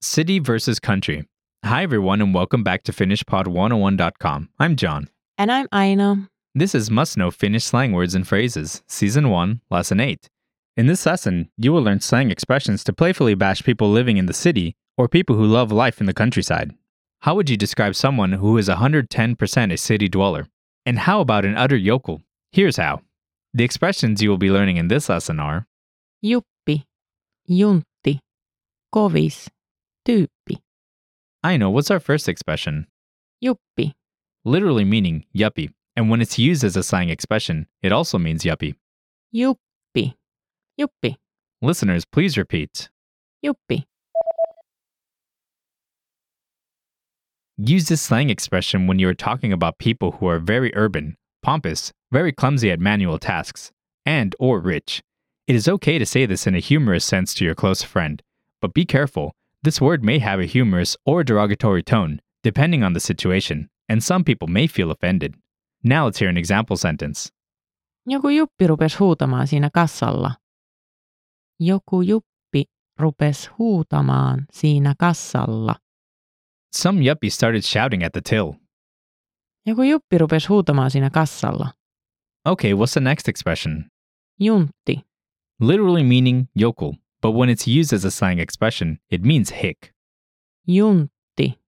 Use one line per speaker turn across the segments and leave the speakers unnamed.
City versus Country. Hi, everyone, and welcome back to FinnishPod101.com. I'm John.
And I'm Aina.
This is Must Know Finnish Slang Words and Phrases, Season 1, Lesson 8. In this lesson, you will learn slang expressions to playfully bash people living in the city or people who love life in the countryside. How would you describe someone who is 110% a city dweller? And how about an utter yokel? Here's how. The expressions you will be learning in this lesson are
Juppi, juntti, kovis, tyyppi,
I know, what's our first expression?
juppi,
Literally meaning yuppie. And when it's used as a slang expression, it also means yuppie.
juppi, juppi,
Listeners, please repeat.
juppi,
Use this slang expression when you are talking about people who are very urban, pompous, very clumsy at manual tasks, and or rich. It is okay to say this in a humorous sense to your close friend, but be careful. This word may have a humorous or derogatory tone, depending on the situation, and some people may feel offended. Now let's hear an example sentence.
Joku juppi rupes huutamaan siinä kassalla. Joku juppi rupes huutamaan siinä kassalla.
Some yuppies started shouting at the till.
Joku juppi rupes huutamaan siinä kassalla.
Okay, what's the next expression?
Juntti,
Literally meaning yokel, but when it's used as a slang expression, it means hick.
juntti,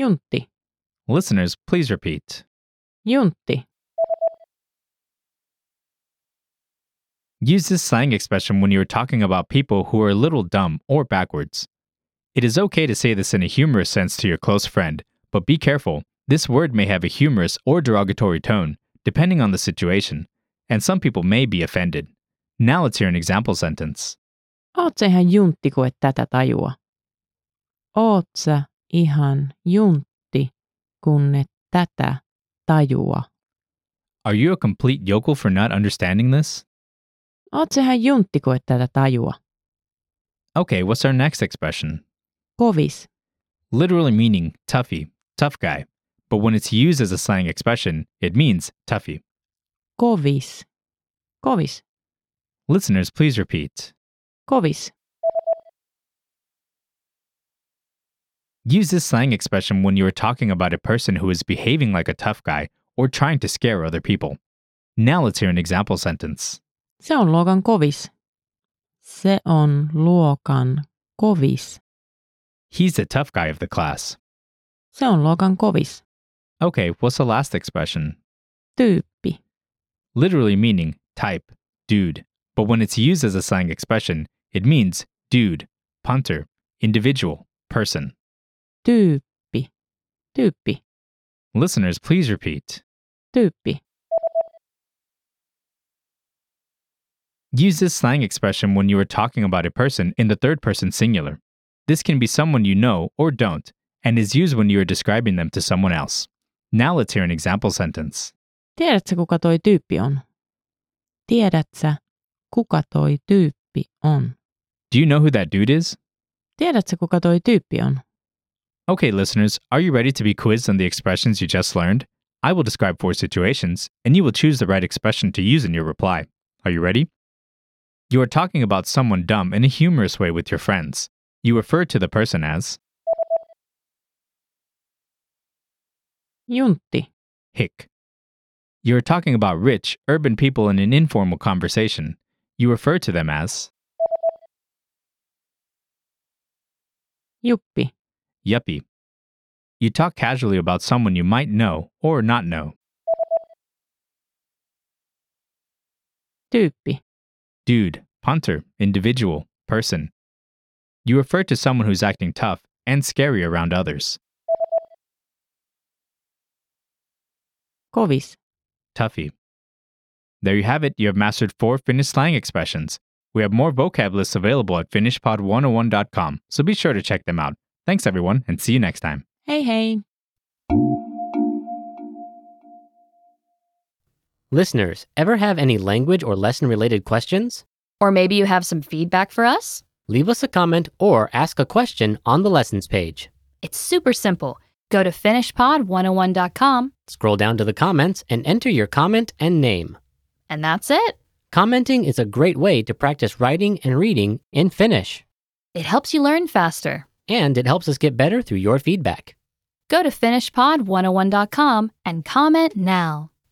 juntti,
Listeners, please repeat.
juntti,
Use this slang expression when you are talking about people who are a little dumb or backwards. It is okay to say this in a humorous sense to your close friend, but be careful. This word may have a humorous or derogatory tone, depending on the situation, and some people may be offended. Now let's hear an example sentence.
Oot sä ihan juntti, kun et tätä tajua? Oot sä ihan juntti, kun et tätä tajua?
Are you a complete yokel for not understanding this?
Oot sä ihan juntti, kun et tätä tajua?
Okay, what's our next expression?
Kovis,
Literally meaning toughy, tough guy, but when it's used as a slang expression, it means toughy.
kovis, kovis,
Listeners, please repeat.
kovis,
Use this slang expression when you are talking about a person who is behaving like a tough guy or trying to scare other people. Now let's hear an example sentence.
se on luokan kovis. Se on luokan kovis.
He's the tough guy of the class.
Se on luokan kovis.
Okay, what's the last expression?
Tyyppi,
Literally meaning type, dude. But when it's used as a slang expression, it means dude, punter, individual, person.
tyyppi, tyyppi,
Listeners, please repeat.
tyyppi,
Use this slang expression when you are talking about a person in the third person singular. This can be someone you know or don't, and is used when you are describing them to someone else. Now let's hear an example sentence.
Tiedätkö, kuka toi tyyppi on? Tiedätkö, kuka toi tyyppi on?
Do you know who that dude is?
Tiedätkö, kuka toi tyyppi on?
Okay, listeners, are you ready to be quizzed on the expressions you just learned? I will describe four situations, and you will choose the right expression to use in your reply. Are you ready? You are talking about someone dumb in a humorous way with your friends. You refer to the person as
Juntti,
Hick. You're talking about rich, urban people in an informal conversation. You refer to them as
juppi,
yuppie. You talk casually about someone you might know or not know.
tyyppi,
Dude, punter, individual, person. You refer to someone who's acting tough and scary around others.
kovis,
Toughy. There you have it. You have mastered four Finnish slang expressions. We have more vocab lists available at FinnishPod101.com, so be sure to check them out. Thanks, everyone, and see you next time.
hei hei.
Listeners, ever have any language or lesson related questions?
Or maybe you have some feedback for us?
Leave us a comment or ask a question on the lessons page.
It's super simple. Go to finishpod101.com,
Scroll down to the comments and enter your comment and name.
and that's it.
Commenting is a great way to practice writing and reading in Finnish.
It helps you learn faster.
and it helps us get better through your feedback.
oh Go to finishpod101.com and comment now.